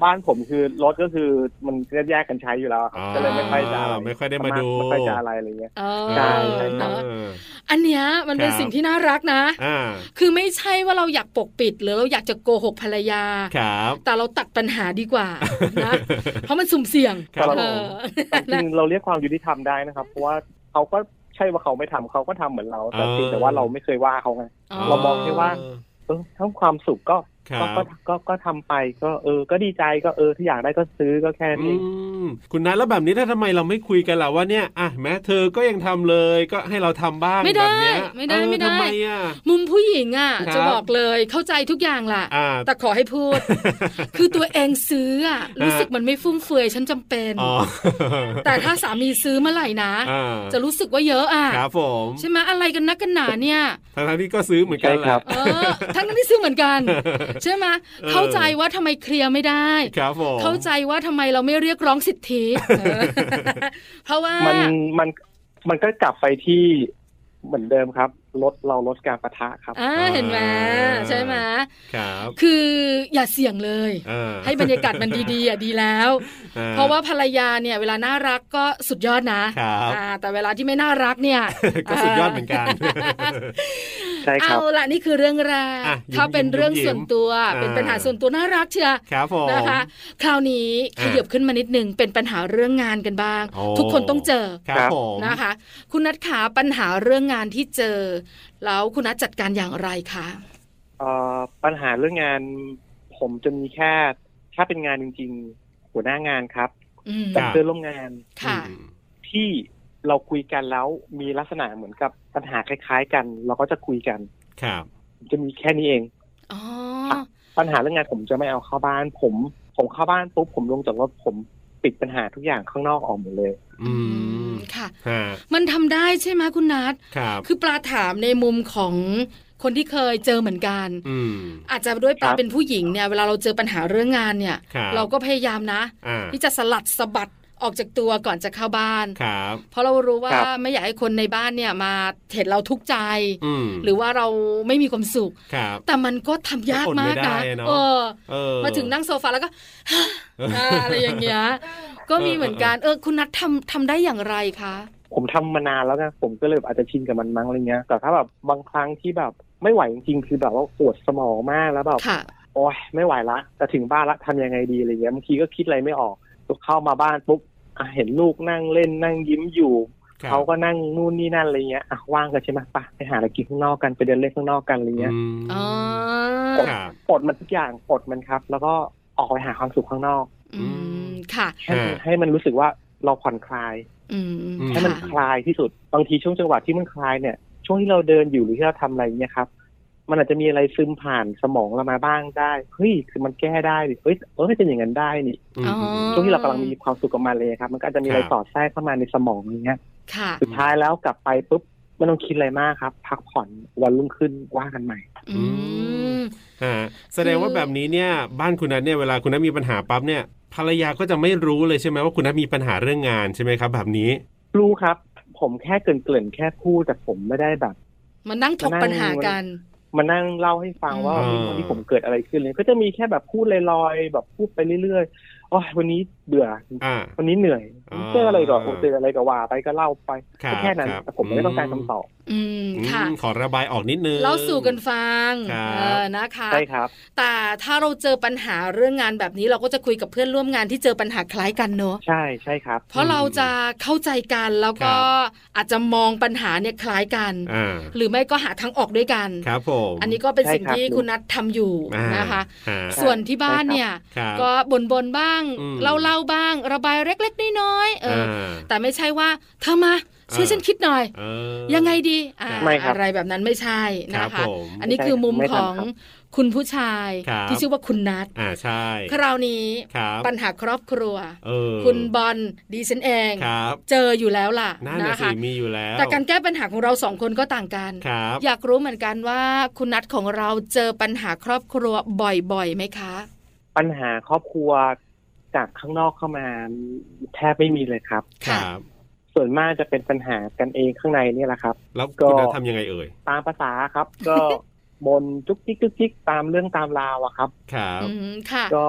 Speaker 5: บ้านผมคือรถก็คือมันแยกๆกันใช้อยู่แล้วครับ
Speaker 2: อ่า
Speaker 5: ก็เลยไม่ค่อยจะอะร
Speaker 2: ไม่ค่อยได้มาดู
Speaker 5: ไม่ค่อยจะอะไรอะไรเงี้ย
Speaker 1: เออ
Speaker 5: ใช่ใช่ครับ
Speaker 1: เนอะ
Speaker 2: เออ
Speaker 1: อันเนี้ยมันเป็น
Speaker 2: ครับ
Speaker 1: สิ่งที่น่ารักนะ
Speaker 2: อ่า
Speaker 1: คือไม่ใช่ว่าเราอยากปกปิดหรือเราอยากจะโกหกภรรยา
Speaker 2: ครับ
Speaker 1: แต่เราตัดปัญหาดีกว่านะ เพราะมันสุ่มเสี่ยง
Speaker 2: ครับ
Speaker 1: เออ
Speaker 5: แต่จริงๆเราเรียกความยุติธรรมได้นะครับ เพราะว่าเขาก็ใช่ว่าเขาไม่ทำเขาก็ทำเหมือนเรา แต่
Speaker 2: อ่า
Speaker 5: เพียงแต่ว่าเราไม่เคยว่าเขาไง
Speaker 1: อ๋
Speaker 5: เรามองแค่ว่า เออทั้งความสุขก็
Speaker 2: ครั
Speaker 5: ก็ก็
Speaker 2: บ
Speaker 5: ก็ก็ทำไปก็เออ ก็ดีใจก็เออถ้าอยากได้ก็ซื้อก็แค่นั้น
Speaker 2: อื
Speaker 5: เอง
Speaker 2: มคุณนัทแล้วแบบนี้ถ้าทำไมเราไม่คุยกันล่ะว่าเนี่ยอ่ะแม้เธอก็ยังทำเลยก็ให้เราทำบ้าง
Speaker 1: ไม่
Speaker 2: แบบ
Speaker 1: ได้
Speaker 2: เนี้ย
Speaker 1: ไม่ได้
Speaker 2: เออ
Speaker 1: ไม่ได้
Speaker 2: ทำไมอ่ะ
Speaker 1: มุมผู้หญิงอ่ะ
Speaker 2: ครับ
Speaker 1: จะบอกเลยเข้าใจทุกอย่างล่ะ
Speaker 2: อ่า
Speaker 1: แต่ขอให้พู ด คือตัวเองซื้ออ่ะรู้สึกมันไม่ฟุ่มเฟือยฉันจำเป็น
Speaker 2: อ๋อ
Speaker 1: แต่ถ้าสามีซื้อเมื่อไหร่ นะ
Speaker 2: อ่า
Speaker 1: จะรู้สึกว่าเยอะอ่ะ
Speaker 2: ครับผม
Speaker 1: ใช่ไหมอะไรกันนักกันหนาเนี่ย
Speaker 2: ทั้งๆที่ก็ซื้อเหมือนกั
Speaker 5: ใช่
Speaker 2: นแห
Speaker 5: ครั
Speaker 2: ละ
Speaker 5: บ
Speaker 1: เออ ทั้งนั้นที่ซื้อเหมือนกัน ใช่ไหม
Speaker 2: เออ
Speaker 1: เข้าใจว่าทำไมเคลียร์ไม่ได้
Speaker 2: ครับผม
Speaker 1: เข้าใจว่าทำไมเราไม่เรียกร้องสิทธิเออ เพราะว่า
Speaker 5: มันมันมันก็กลับไปที่เหมือนเดิมครับลดเราลดการประทะครับ
Speaker 1: อ่าเห็นไหมใช่ไหม
Speaker 2: ครับ
Speaker 1: คืออย่าเสี่ยงเลย
Speaker 2: อ่า
Speaker 1: ให้บรรยากาศมันดีๆอ่ะดีแล้ว
Speaker 2: อ่
Speaker 1: เพราะว่าภรรยาเนี่ยเวลาน่ารักก็สุดยอดนะครับ อ่าแต่เวลาที่ไม่น่ารักเนี่ย
Speaker 2: ก็สุดยอดเหมือนกัน
Speaker 5: ใช่ค
Speaker 1: เอา
Speaker 5: รับ
Speaker 1: ละนี่คือเรื่องแรก
Speaker 2: อ่ะยิ้มๆ
Speaker 1: ถ้าเป็นเรื่อง
Speaker 2: ยิ้มๆ
Speaker 1: ส่วนตัว
Speaker 2: อ่า
Speaker 1: เป็นปัญหาส่วนตัวน่ารักเชีย
Speaker 2: ครับผม
Speaker 1: นะคะ คราวนี้ข
Speaker 2: อ่า
Speaker 1: ยับขึ้นมานิดนึงเป็นปัญหาเรื่องงานกันบ้าง
Speaker 2: โอ้
Speaker 1: ทุกคนต้องเจอ
Speaker 2: ครับผม
Speaker 1: นะคะ คุณนัทขาปัญหาเรื่องงานที่เจอ แล้วคุณนัทจัดการอย่างไรคะ
Speaker 5: เอ่อปัญหาเรื่องงานผมจะมีแค่ถ้าเป็นงานจริง ๆ หัวหน้างานครับ
Speaker 1: อืม
Speaker 5: กับเพื่อนร่วมงาน
Speaker 1: ค่ะ
Speaker 2: อืม
Speaker 5: ที่เราคุยกันแล้วมีลักษณะเหมือนกับปัญหาคล้าย ๆ กัน เราก็จะคุยกัน
Speaker 2: ครับ
Speaker 5: จะมีแค่นี้เอง
Speaker 1: อ๋อ
Speaker 5: ปัญหาเรื่องงานผมจะไม่เอาเข้าบ้าน ผมผมเข้าบ้านปุ๊บผมลงจากรถผมปิดปัญหาทุกอย่างข้างนอกออกหมดเลย
Speaker 2: อืม
Speaker 1: ค่ะ
Speaker 2: ฮะ
Speaker 1: มันทำได้ใช่ไหมคุณนัท
Speaker 2: ครับ
Speaker 1: คือปลาถามในมุมของคนที่เคยเจอเหมือนกัน
Speaker 2: อืม
Speaker 1: อาจจะด้วยปลา
Speaker 5: ครับ
Speaker 1: เป็นผู้หญิงเนี่ยเวลาเราเจอปัญหาเรื่องงานเนี่ย
Speaker 2: ครับ
Speaker 1: เราก็พยายามนะ
Speaker 2: อ่า
Speaker 1: ที่จะสลัดสะบัดออกจากตัวก่อนจะเข้าบ้าน
Speaker 2: ครับ
Speaker 1: เพราะเรารู้ว่า
Speaker 5: ครับ
Speaker 1: ไม่อยากให้คนในบ้านเนี่ยมาเห็นเราทุกข์ใจ
Speaker 2: อืม
Speaker 1: หรือว่าเราไม่มีความสุข
Speaker 2: ครับ
Speaker 1: แต่มันก็ทำยากมาก
Speaker 2: อดไม่ได้
Speaker 1: นะ
Speaker 2: เนอะ
Speaker 1: เออ
Speaker 2: เออ
Speaker 1: มาถึงนั่งโซฟาแล้วก็ อ่าอะไรอย่างเงี้ยก็มีเหมือนกันเออคุณนัททำทำได้อย่างไรคะ
Speaker 5: ผมทำมานานแล้วนะผมก็เลยอาจจะชินกับมันมั้งอะไรเงี้ยแต่ถ้าแบบบางครั้งที่แบบไม่ไหวจริงๆคือแบบว่าปวดสมองมากแล้วแบบ
Speaker 1: ค่ะ
Speaker 5: โอ๊ยไม่ไหวละจะถึงบ้านละทำยังไงดีอะไรเงี้ยบางทีก็คิดอะไรไม่ออกเข้ามาบ้านปุ๊บอ่ะเห็นลูกนั่งเล่นนั่งยิ้มอยู่
Speaker 2: ครับ
Speaker 5: เขาก็นั่งนู่นนี่นั่นอะไรเงี้ยอ่ะว่างกันใช่ไหมปะไปหาอะไรกินข้างนอกกันไปเดินเล่นข้างนอกกันอะไรเงี้ย
Speaker 2: อืม
Speaker 1: อ๋อ
Speaker 2: ครับ
Speaker 5: ปลดมันทุกอย่างปลดมันครับ แล้วก็ออกไปหาความสุขข้างนอก
Speaker 1: อืมค่ะ
Speaker 5: ให้มัน
Speaker 2: ฮะ
Speaker 5: ให้มันรู้สึกว่าเราผ่อนคลาย
Speaker 1: อืม
Speaker 2: อืม
Speaker 5: ให้มัน
Speaker 1: ค่ะ
Speaker 5: คลายที่สุดบางทีช่วงจังหวะที่มันคลายเนี่ย ช่วงที่เราเดินอยู่หรือที่เราทำอะไรเนี่ยครับ มันอาจจะมีอะไรซึมผ่านสมองเรามาบ้างได้เฮ้ยคือมันแก้ได้ดิเฮ้ยเออเป็นอย่างนั้นได้นี่
Speaker 2: อืม
Speaker 1: อ๋อ
Speaker 2: ม
Speaker 5: ช่วงที่เรากำลังมีความสุขกับมันเลยครับ มันก็อาจจะมีอะไร
Speaker 2: ครับ
Speaker 5: สอดแทรกเข้ามาในสมองอย่างเงี้ย
Speaker 1: ค่ะ
Speaker 5: สุดท้ายแล้วกลับไปปุ๊บไม่ต้องคิดอะไรมากครับ พักผ่อนวันรุ่งขึ้นว่ากันใหม่
Speaker 1: อืม
Speaker 2: ฮะแสดงว่า
Speaker 1: คือ
Speaker 2: แบบนี้เนี่ยบ้านคุณนัทเนี่ยเวลาคุณนัทมีปัญหาปั๊บเนี่ยภรรยาก็จะไม่รู้เลยใช่ไหมว่าคุณนัทมีปัญหาเรื่องงานใช่ไหมครับ แบบนี้
Speaker 5: รู้ครับ ผมแค่เกริ่นๆแค่พูดแต่ผมไม่ได้แบบ
Speaker 1: มานั่งถกปัญหากัน
Speaker 5: มานั่งเล่าให้ฟังว่า
Speaker 2: อืม
Speaker 5: เฮ้ยวันนี้ผมเกิดอะไรขึ้นเลย ก็จะมีแค่แบบพูดลอยๆแบบพูดไปเรื่อยๆโอ้ยวันนี้เบื่อ
Speaker 2: อ่า
Speaker 5: วันนี้เหนื่อย
Speaker 2: อ่า
Speaker 5: เจออะไรก็เจออะไรก็ว่าไปก็เล่าไป
Speaker 2: ครับ
Speaker 5: ก็แค่นั้น
Speaker 2: ครับ
Speaker 5: แต่ผมไม่ต้องการ
Speaker 2: อืม
Speaker 5: คำตอบ
Speaker 1: อืมค่ะ
Speaker 2: อืมขอระบายออกนิดนึง
Speaker 1: เล่าสู่กันฟัง
Speaker 2: ครับ
Speaker 1: เออนะคะ
Speaker 5: ใช่ครับ
Speaker 1: แต่ถ้าเราเจอปัญหาเรื่องงานแบบนี้เราก็จะคุยกับเพื่อนร่วมงานที่เจอปัญหาคล้ายกันเนอะ
Speaker 5: ใช่ใช่ครับ
Speaker 1: เพราะเราจะเข้าใจกันแล้วก็อาจจะมองปัญหาเนี่ยคล้ายกัน
Speaker 2: อ่า
Speaker 1: หรือไม่ก็หาทางออกด้วยกัน
Speaker 2: ครับผม
Speaker 1: อันนี้ก็เป็นสิ่ง
Speaker 5: ใช่ครับ
Speaker 1: ที่คุณนัททำอยู่
Speaker 2: อ่าน
Speaker 1: นะคะ
Speaker 2: ฮะ
Speaker 1: ส่วนที่บ้านเนี่ย
Speaker 2: ครับ
Speaker 1: ก็บ่นๆบ้าง
Speaker 2: อืม
Speaker 1: เล่าๆบ้าง ระบายเล็กๆน้อยๆเอออ
Speaker 2: า
Speaker 1: แต่ไม่ใช่ว่าเธอมาช่วย
Speaker 2: เออ
Speaker 1: ฉันคิดหน่อย
Speaker 2: เออ
Speaker 1: ยังไงดีอ่า
Speaker 5: ไม่ครับ
Speaker 1: อะไรแบบนั้นไม่ใช่นะ
Speaker 2: ครั
Speaker 1: คะ
Speaker 2: บผม
Speaker 1: อันนี้คือมุม
Speaker 5: ไม่
Speaker 1: ข
Speaker 5: ทำครั
Speaker 1: อ
Speaker 5: บ
Speaker 1: ง คุณผู้ชาย
Speaker 2: ครับ
Speaker 1: ที่ชื่อว่าคุณนัท
Speaker 2: อ่าใช่
Speaker 1: คราวนี้
Speaker 2: ครับ
Speaker 1: ปัญหาครอบครัว
Speaker 2: เออ
Speaker 1: คุณบอลดีฉันเอง
Speaker 2: ครับ
Speaker 1: เจออยู่แล้วล่ะ
Speaker 2: นั่นน่ะสิมีอยู่แล้ว
Speaker 1: แต่การแก้ปัญหาของเราสองคนก็ต่างกัน
Speaker 2: ครับ
Speaker 1: อยากรู้เหมือนกันว่าคุณนัทของเราเจอปัญหาครอบครัวบ่อยๆไหมคะ
Speaker 5: ปัญหาครอบครัวจากข้างนอกเข้ามาแทบไม่มีเลยครับ
Speaker 2: ค
Speaker 1: ค่ะ
Speaker 2: รับ
Speaker 5: ส่วนมากจะเป็นปัญหากันเองข้างในเนี่ยแหละครับ
Speaker 2: แล้ว
Speaker 5: ก็
Speaker 2: คุณนัททำยังไงเอ่ย
Speaker 5: ตามภาษาครับ ก็บนจุกจิกจุกจิกตามเรื่องตามราวอะครับ
Speaker 2: ครับ
Speaker 1: อืมค่ะ
Speaker 5: ก็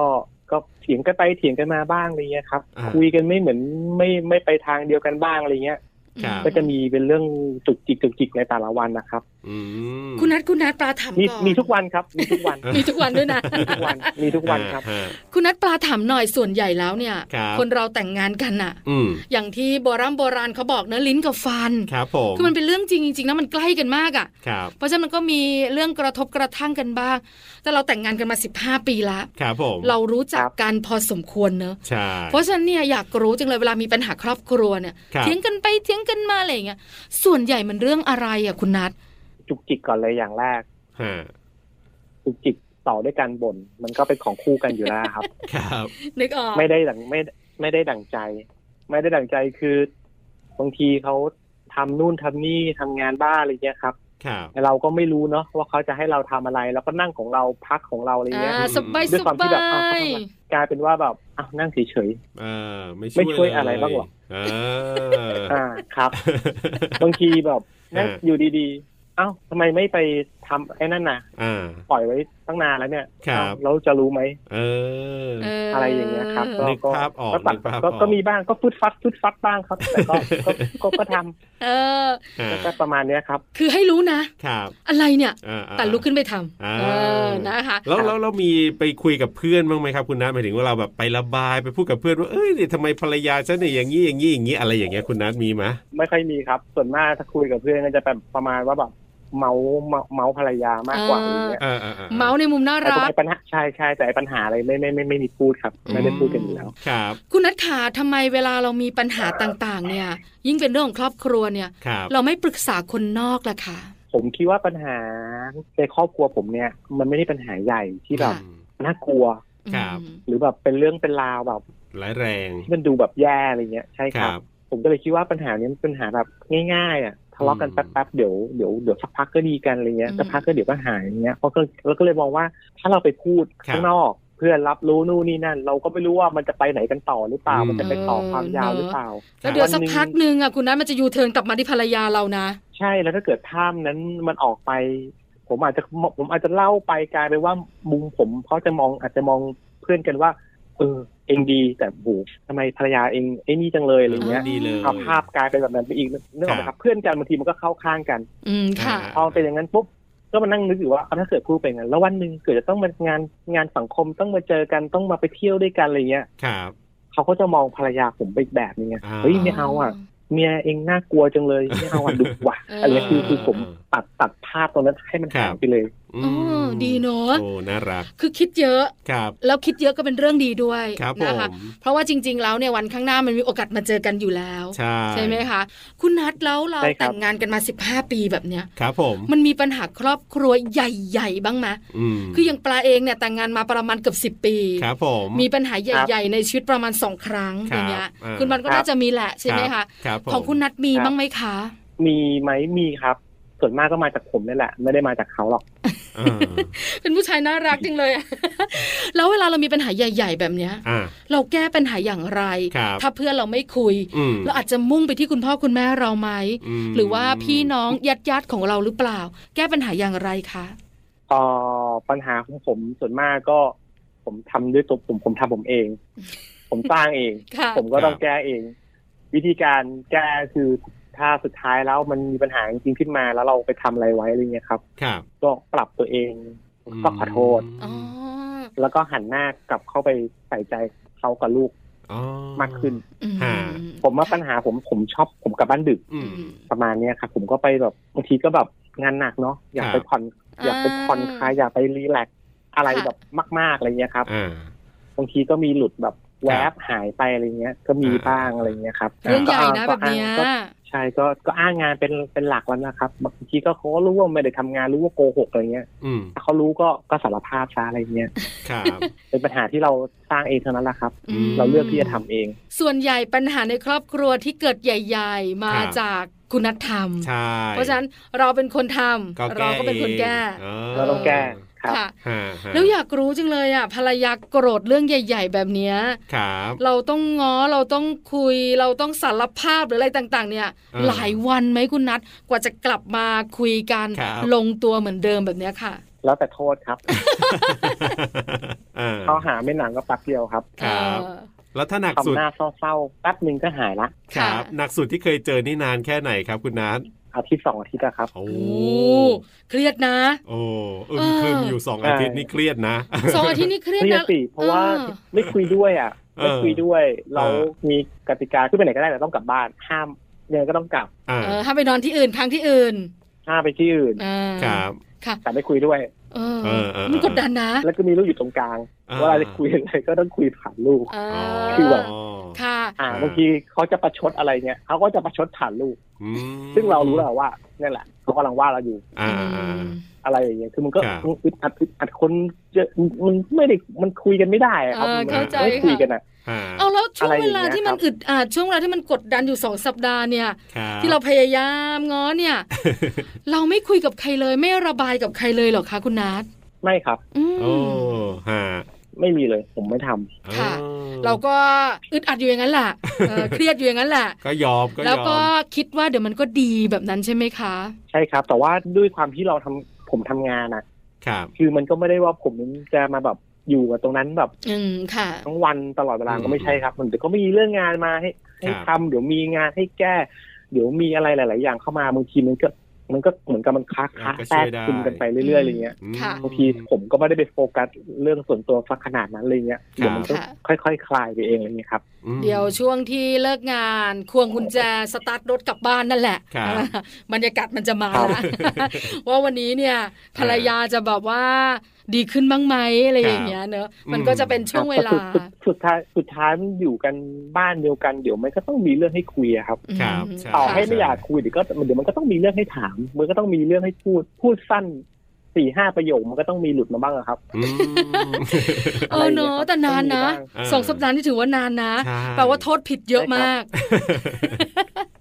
Speaker 5: ก็เถียงกันไปเถียงกันมาบ้างอะไรเงี้ยครับ
Speaker 2: อ่า
Speaker 5: คุยกันไม่เหมือนไม่ไม่ไปทางเดียวกันบ้างอะไรเงี้ย
Speaker 2: ครับ
Speaker 5: ก็จะมีเป็นเรื่องจุกจิกจุกจิกในแต่ละวันนะครับ
Speaker 2: อืม
Speaker 1: คุณนัทคุณนัทปลาถาม
Speaker 5: มี
Speaker 1: ก่อน
Speaker 5: มีทุกวันครับ มีทุกวัน
Speaker 1: มีทุกวันด้วยนะ
Speaker 5: มีทุกวันมีทุกวันครับ
Speaker 2: อ่าฮะ
Speaker 1: คุณนัทปลาถามหน่อยส่วนใหญ่แล้วเนี่ย
Speaker 2: ครับ
Speaker 1: นเราแต่งงานกันอะ
Speaker 2: อืม
Speaker 1: อย่างที่โบราณโบราณเขาบอกเนอะลิ้นกับฟัน
Speaker 2: ครับผม
Speaker 1: คือมันเป็นเรื่องจริงจริงๆนะมันใกล้กันมากอะ
Speaker 2: ครับ
Speaker 1: เพราะฉะนั้นมันก็มีเรื่องกระทบกระทั่งกันบ้าง แต่เราแต่งงานกันมา 15 ปีละ
Speaker 2: ครับผม
Speaker 1: เรารู้จัก
Speaker 5: ครับ
Speaker 1: กันพอสมควรเนอะ
Speaker 2: ใช่
Speaker 1: เพราะฉะนั้นเนี่ยอยากรู้จังเลยเวลามีปัญหาครอบครัวเนี่ย
Speaker 2: ครับ
Speaker 1: เถียงกันไปเถียงกันมาอะไรอย่างเงี้ยส่วนใหญ่มันเรื่องอะไรอ่ะคุณนัท
Speaker 5: จุกจิกก่อนเลยอย่างแรก
Speaker 2: ฮะ
Speaker 5: จุกจิกต่อด้วยการบ่นมันก็เป็นของคู่กันอยู่แล้วครับ
Speaker 2: ครับ
Speaker 1: นึกออก
Speaker 5: ไม่ได้ดังไม่ไม่ได้ดังใจ ไม่ได้ดังใจคือบางทีเขาทำนู่นทำนี่ทำงานบ้านอะไรเงี้ยครับ
Speaker 2: ครับ
Speaker 5: เราก็ไม่รู้เนาะว่าเขาจะให้เราทำอะไร แล้วก็นั่งของเราพักของเราอะไร
Speaker 1: อ่า
Speaker 5: เงี้ย
Speaker 1: สบาย
Speaker 5: ด้วย
Speaker 1: ส
Speaker 5: ความที่แบบ
Speaker 1: า
Speaker 5: บอ้าว
Speaker 1: ย
Speaker 5: เขาทำไม กลายเป็นว่าแบบอ้าวนั่งเฉย
Speaker 2: เออไม่
Speaker 5: ไม่ช่วยอะไรบ้างหรอ
Speaker 2: เออ
Speaker 5: ๆ
Speaker 2: อ
Speaker 5: อ่าครับ บางทีแบบนั่ง
Speaker 2: อ่า
Speaker 5: อยู่ดีๆเอ้าทำไมไม่ไปทำไอ้นั่นน่ะ
Speaker 2: อ่า
Speaker 5: ปล่อยไว้ตั้งนานแล้วเนี่ย
Speaker 2: ครับ
Speaker 5: เอ้าแล้วจะรู้ไหม
Speaker 2: เออ
Speaker 1: เ
Speaker 5: อะไรอย่างเงี้ยครับ
Speaker 2: นึกภาพออก
Speaker 5: ปัด
Speaker 2: นึกภาพออก
Speaker 5: ก็มีบ้างก็ฟุดฟัดฟุดฟัดบ้างครับ แต่ก็ก็ก็ก็ท
Speaker 1: เออ
Speaker 2: อ่า
Speaker 5: ำก็ประมาณเนี้ยครับ
Speaker 1: คือให้รู้นะ
Speaker 2: ครับ
Speaker 1: อะไรเนี่ย
Speaker 2: อ่าอ่า
Speaker 1: แต่ลุกขึ้นไป
Speaker 2: อ่า
Speaker 1: ทำเออนะคะ
Speaker 2: แล้วแล้วเรามีไปคุยกับเพื่อนบ้างไหมครับคุณนัทหมายถึงว่าเราแบบไประบายไปพูดกับเพื่อนว่าเอ้ยเนี่ยทำไมภรรยาฉันเนี่ยอย่างนี้อย่างนี้อย่างนี้อะไรอย่างเงี้ยคุณนัทมีไหม
Speaker 5: ไม่ค่อยมีครับ ส่วนมากถ้าคุยกับเพื่อนก็จะแบบประมาณว่าแบบเมาเมาเมาภรรยามากกว่าอะไรเงี้ย
Speaker 2: เออเออออ
Speaker 1: เมาส์ในมุมน่า
Speaker 5: แต่
Speaker 1: รัก
Speaker 5: ไอ้ปัญหาใช่ใช่แต่ไอ้ปัญหาอะไรไม่ไม่ไม่ไม่มีพูดครับ ไม่ได้พูดกันอยู่แล้ว
Speaker 2: ครับ
Speaker 1: คุณนัทขาทำไมเวลาเรามีปัญหาต่างๆ เนี่ย ยิ่งเป็นเรื่องของครอบครัวเนี่ย
Speaker 2: ครับ
Speaker 1: เราไม่ปรึกษาคนนอกล่ะค่ะ
Speaker 5: ผมคิดว่าปัญหาในครอบครัวผมเนี่ย มันไม่ได้ปัญหาใหญ่ที่แบบ
Speaker 1: ค่ะ
Speaker 2: อืม
Speaker 5: น่ากลัว
Speaker 2: ครับ
Speaker 1: อืม
Speaker 5: หรือแบบเป็นเรื่องเป็นราวแบบ
Speaker 2: ร้ายแรง
Speaker 5: ที่มันดูแบบแย่อะไรเงี้ยใช่
Speaker 2: ค
Speaker 5: ครับ
Speaker 2: รับ
Speaker 5: ผมก็เลยคิดว่าปัญหาเนี้ยมันเป็นปัญหาแบบง่ายๆอ่ะทะเลาะกัน
Speaker 2: อืม
Speaker 5: แป๊บๆเดี๋ยวเดี๋ยวเดี๋ยวสักพักก็ดีกันอะไรเงี้ย
Speaker 1: อืม
Speaker 5: สักพักก็เดี๋ยวก็หายอย่างเงี้ยเพราะก็เราก็เลยมองว่าถ้าเราไปพูดข้างนอก เพื่อนรับรู้นู่นนี่นั่น เราก็ไม่รู้ว่ามันจะไปไหนกันต่อหรือเปล่า มันจะไปต่อความยาวหรือเปล่า
Speaker 1: แล้วเดี๋ยว
Speaker 5: วันหนึ่
Speaker 1: สัก
Speaker 5: ง
Speaker 1: พักหนึ่งอ่ะคุณนัทมันจะยูเทิร์นกลับมาที่ภรรยาเรานะ
Speaker 5: ใช่แล้วถ้าเกิดภาพนั้นมันออกไป ผมอาจจะผมอาจจะเล่าไปกลายไปนว่ามุมผมเขาจะมองอาจจะมองเพื่อนกันว่า เออ เองดีแต่โหทำไมภรรยาเองไอ้นี่จังเลยอะไรเงี้ย
Speaker 2: ดีเลย
Speaker 5: เอาภาพกลายเป็นแบบนั้นไปอีกนึกออกไหมครับเพื่อนกันบางทีมันก็เข้าข้างกัน
Speaker 1: อืมค่ะ
Speaker 2: อ่า
Speaker 5: พอเป็นอย่างนั้นปุ๊บก็มานั่งนึกอยู่ว่าเอาถ้าเกิดพูดไปงั้นแล้ววันหนึ่งเกิดจะต้องมางานงานสังคมต้องมาเจอกันต้องมาไปเที่ยวด้วยกันอะไรเงี้ย
Speaker 2: ครับ
Speaker 5: เขาก็จะมองภรรยาผมไปอีกแบบนึงไง
Speaker 2: อ่า
Speaker 5: เฮ้ยไม่เอาอ่ะเมียเองน่ากลัวจังเลยไม่เอาอ่ะดุ ว่ะ
Speaker 1: เอออ
Speaker 5: อะไรเงี้ยคือคือผมตัดตัดภาพตรงนั้นให้มันหายไปเลย
Speaker 2: อื
Speaker 1: อ๋อ
Speaker 2: ม
Speaker 1: ดีเนอะ
Speaker 2: โอ้น่ารัก
Speaker 1: คือคิดเยอะ
Speaker 2: ครับ
Speaker 1: แล้วคิดเยอะก็เป็นเรื่องดีด้วย
Speaker 2: ครับผ
Speaker 1: นะคะ
Speaker 2: ม
Speaker 1: เพราะว่าจริง ๆ แล้วเนี่ยวันข้างหน้ามันมีโอกาสมาเจอกันอยู่แล้ว
Speaker 2: ใช่
Speaker 1: ใช่ไหมคะ คุณนัทแล้วเรา
Speaker 5: ใช่ครับ
Speaker 1: แต่งงานกันมา 15 ปีแบบเนี้ย
Speaker 2: ครับผม
Speaker 1: มันมีปัญหาครอบครัวใหญ่ ๆ บ้างไหม
Speaker 2: อืม
Speaker 1: คืออย่างปลาเองเนี่ยแต่งงานมาประมาณเกือบ10 ปี
Speaker 2: ครับผม
Speaker 1: มีปัญหาใหญ่ๆ ในชีวิตประมาณสองครั้ง
Speaker 2: ครับ
Speaker 1: อย่างเงี้ย
Speaker 2: อ่า
Speaker 1: คุณมันก็น่าจะมีแหละใช่ไหม
Speaker 2: รั
Speaker 1: คะ
Speaker 2: บครับผม
Speaker 1: ของคุณนัทมี
Speaker 5: ครับ
Speaker 1: บ้างไหมคะ
Speaker 5: มีไหมมีครับ ส่วนมากก็มาจากผมนี่แหละ ไม่ได้มาจากเขาหรอก
Speaker 2: อ่า
Speaker 1: เป็นผู้ชายน่ารักจริง เลยอะ แล้วเวลาเรามีปัญหาใหญ่ ๆ แบบเนี้ย
Speaker 2: อ่า
Speaker 1: เราแก้ปัญหาอย่างไร
Speaker 2: ครับ
Speaker 1: ถ้าเพื่อนเราไม่คุย
Speaker 2: อืม
Speaker 1: เราอาจจะมุ่งไปที่คุณพ่อคุณแม่เราไหม
Speaker 2: ม
Speaker 1: หรือว่าพี่น้องญาติญาติๆของเราหรือเปล่า แก้ปัญหาอย่างไรคะ
Speaker 5: เอ่อปัญหาของผมส่วนมากก็ผมทำด้วยตัวผมผมทำผม เอง ผมสร้างเอง
Speaker 1: ค่ะ
Speaker 5: ผมก็ต้อง
Speaker 2: ครับ
Speaker 5: แก้เอง วิธีการแก้คือถ้าสุดท้ายแล้วมันมีปัญหาจริงๆขึ้นมาแล้วเราไปทำอะไรไว้อะไรเงี้ยครับ
Speaker 2: ครับ
Speaker 5: ก็ปรับตัวเอง ก็ขอโทษ
Speaker 1: อ๋อ
Speaker 5: แล้วก็หันหน้ากลับเข้าไปใส่ใจเขากับลูก
Speaker 2: อ๋อ
Speaker 5: มากขึ้น
Speaker 1: อืม
Speaker 2: ฮะ
Speaker 5: ผมว่าปัญหาผมผมชอบผมกลับบ้านดึก
Speaker 2: อื
Speaker 1: อื
Speaker 2: ม
Speaker 1: ม
Speaker 5: ประมาณเนี้ยครับผมก็ไปแบบบางทีก็แบบงานหนักเนาะอยา
Speaker 2: ค
Speaker 5: ก
Speaker 2: รับ
Speaker 5: ไปผ่อนอยากไปผ่อนคลายอยากไปรีแลกซ์อะไร
Speaker 1: ค่ะ
Speaker 5: แบบมาก ๆอะไรเงี้ยครับ
Speaker 2: อ่า
Speaker 5: บางทีก็มีหลุดแบบ แวบหายไปอะไรเงี้ย ก็มีบ้างอะไรเงี้ยครับ
Speaker 1: เรื่องใหญ่นะ
Speaker 5: ก็
Speaker 1: แบบเนี้ย
Speaker 5: ก็อ้างก็ใช่ก็ก็อ้างงานเป็นเป็นหลักแล้วนะครับบางทีก็เขาก็รู้ว่าไม่ได้ทำงานรู้ว่าโกหกอะไรเงี้ย
Speaker 2: อืม
Speaker 5: ถ้าเขารู้ก็ก็สารภาพซะอะไรเงี้ย
Speaker 2: ครับ
Speaker 5: เป็นปัญหาที่เราสร้างเองเท่านั้นแหละครับ
Speaker 1: อืม
Speaker 5: เราเลือกที่จะทำเอง
Speaker 1: ส่วนใหญ่ปัญหาในครอบครัวที่เกิดใหญ่ ๆ มา
Speaker 2: ครับ
Speaker 1: จากคุณธรรม
Speaker 2: ใช่
Speaker 1: เพราะฉะนั้นเราเป็นคนท
Speaker 2: ก็
Speaker 1: ำ
Speaker 2: แก้
Speaker 1: เราก็เป็นคนแก้
Speaker 2: เองเอ
Speaker 5: เราต้องแก้ครับ
Speaker 1: ค่ะ
Speaker 2: ฮะฮะ
Speaker 1: แล้วอยากรู้จังเลยอ่ะภรรยาโกรธเรื่องใหญ่ ๆ แบบเนี้ย
Speaker 2: ครับ
Speaker 1: เราต้องง้อเราต้องคุย เราต้องสารภาพหรืออะไรต่าง ๆ เนี่ย
Speaker 2: เออ
Speaker 1: หลายวันไหมคุณนัทกว่าจะกลับมาคุยกัน
Speaker 2: ครับ
Speaker 1: ลงตัวเหมือนเดิมแบบเนี้ยค่ะ
Speaker 5: แล้วแต่โทษครับ
Speaker 2: อ่า
Speaker 5: เขาหาไม่หนังก็แป๊บเดียวครับ
Speaker 2: ครับ
Speaker 1: เออ
Speaker 2: แล้วถ้าหนักสุด
Speaker 5: ทำหน้าเศร้าๆแป๊บหนึ่งก็หายละ
Speaker 2: ค
Speaker 1: ค่ะ
Speaker 2: รับ หนักสุดที่เคยเจอนี่นานแค่ไหนครับคุณนัท
Speaker 5: อาทิตย์สองอาทิตย์อะครับ
Speaker 2: โอ้
Speaker 1: โอ้เครียดนะ
Speaker 2: โอ้อึมครึมอยู่สองอาทิตย์
Speaker 5: ใช่
Speaker 2: นี่เครียดนะ
Speaker 1: สองอาทิตย์นี่เครียด
Speaker 5: เครียด
Speaker 1: นะ
Speaker 5: สิเพราะว่า
Speaker 1: ออ
Speaker 5: ไม่คุยด้วยอ่ะ
Speaker 2: เออ
Speaker 5: ไม่คุยด้วย เรา
Speaker 2: เออ
Speaker 5: มีกติกาขึ้นไปไหนก็ได้แต่ต้องกลับบ้านห้ามยังไงก็ต้องกลับ
Speaker 2: อ่า
Speaker 1: เออถ้าไปนอนที่อื่นค้างที่อื่น
Speaker 5: ห้ามไปที่อื่น
Speaker 1: อ่า
Speaker 2: ครับ
Speaker 1: ค่ะ
Speaker 5: แต่ไม่คุยด้วย
Speaker 1: เออ
Speaker 2: เออเออ
Speaker 1: มันกดดันนะ
Speaker 5: แล้วก็มีลูกอยู่ตรงกลาง
Speaker 2: อ่า
Speaker 5: เวลาจะคุยอะไรก็ต้องคุยผ่านลูก
Speaker 1: อ่า
Speaker 5: คือแบบ
Speaker 1: ค่ะ
Speaker 5: อ่า
Speaker 2: อ่า
Speaker 5: บางทีเขาจะประชดอะไรเนี่ยเขาก็จะประชดผ่านลูก
Speaker 2: อืม
Speaker 5: ซึ่งเรารู้แล้วว่านี่นแหละเขากำลังว่าเราอยู่
Speaker 2: อ่าอ่า
Speaker 5: อะไรอย่างเงี้ยคือมันก็
Speaker 2: ครับ
Speaker 5: มันอึดอัดอึดอัดคนเยอะมันไม่ได้มันคุยกันไม่ได้อะครับ
Speaker 1: เออ
Speaker 5: มัน
Speaker 1: เข้าใจ
Speaker 5: ไม่คุย
Speaker 1: ค่ะ
Speaker 5: กันอ่ะ
Speaker 2: อ่า
Speaker 1: เอาแล้วช่วงเวลา
Speaker 5: อะไรอย่างเงี้ย
Speaker 1: ที่มัน
Speaker 5: ครับ
Speaker 1: อึดอัดช่วงเวลาที่มันกดดันอยู่สองสัปดาห์เนี่ย
Speaker 2: คบ
Speaker 1: ที่เราพยายามง้อ เนี่ย เราไม่คุยกับใครเลยไม่ระบายกับใครเลยเหรอคะคุณนัท
Speaker 5: ไม่ครับ
Speaker 1: อืม
Speaker 2: โอ้ฮะ
Speaker 5: ไม่มีเลยผมไม่ทำ
Speaker 1: ค่ะ
Speaker 2: เออ
Speaker 1: เราก็อึดอัดอยู่อย่างนั้นแหละเอ อ เครียดอยู่อย่างนั้นแหละ
Speaker 2: ก็ยอมก็ยอม
Speaker 1: แล้วก็คิดว่าเดี๋ยวมันก็ดีแบบนั้นใช่ไหมคะ
Speaker 5: ใช่ครับ แต่ว่าด้วยความที่เราทำผมทำงานอะ
Speaker 2: ครับ
Speaker 5: คือมันก็ไม่ได้ว่าผมจะมาแบบอยู่กับตรงนั้นแบบ
Speaker 1: อืมค่ะ
Speaker 5: ทั้งวันตลอดเวลา
Speaker 2: อืม
Speaker 5: ก็ไม่ใช่ครับ มันเดี๋ยวก็มีเรื่องงานมาให้ให้
Speaker 2: ครับ
Speaker 5: ทำเดี๋ยวมีงานให้แก้ เดี๋ยวมีอะไรหลาย ๆ อย่างเข้ามาบางทีมันก็มันก็เหมือนกับมันค้าค้าแทรกซึมกันไปเรื่อย ๆ อะไรเงี้ย
Speaker 2: อืม
Speaker 1: ค่ะ
Speaker 5: บางทีผมก็ไม่ได้ไปโฟกัสเรื่องส่วนตัวสักขนาดนั้นอะไรเงี้ย
Speaker 2: ครับ
Speaker 5: เดี๋ยวมันก็
Speaker 1: ค่ะ
Speaker 5: ค่อยๆคลายไปเองอะไรเงี้ยครับ
Speaker 2: อืม
Speaker 1: เดี๋ยวช่วงที่เลิกงานควงกุญแจสตาร์ทรถกลับบ้านนั่ นแหละ
Speaker 2: ครับ
Speaker 1: บรรยากาศมันจะมา
Speaker 5: ครับ
Speaker 1: ละ ว่าวันนี้เนี่ยภรรยาจะแบบว่าดีขึ้นบ้างไหมอะไรอย่างเงี้ยเนอะมันก็จะเป็นช่วงเวลา
Speaker 5: แต่สุดสุดท้ายสุดท้ายมันอยู่กันบ้านเดียวกันเดี๋ยวมันก็ต้องมีเรื่องให้คุยอะครับ
Speaker 2: ครับใช่
Speaker 5: ต่อให้
Speaker 2: ค่ะ
Speaker 5: ไม่อยากคุยเดี๋ยวก็เดี๋ยวมันก็ต้องมีเรื่องให้ถาม มันก็ต้องมีเรื่องให้พูด พูดสั้นสี่ห้าประโยคมันก็ต้องมีหลุดมาบ้างอะครับ
Speaker 2: อืม
Speaker 1: เออเนอะแต่นานนะ
Speaker 5: ต้อ
Speaker 2: า
Speaker 5: งมีบ้
Speaker 2: ง
Speaker 1: สองสัปดาห์นี่ถือว่านานนะ
Speaker 2: ใช่
Speaker 1: แปลว่าโทษผิดเยอะมาก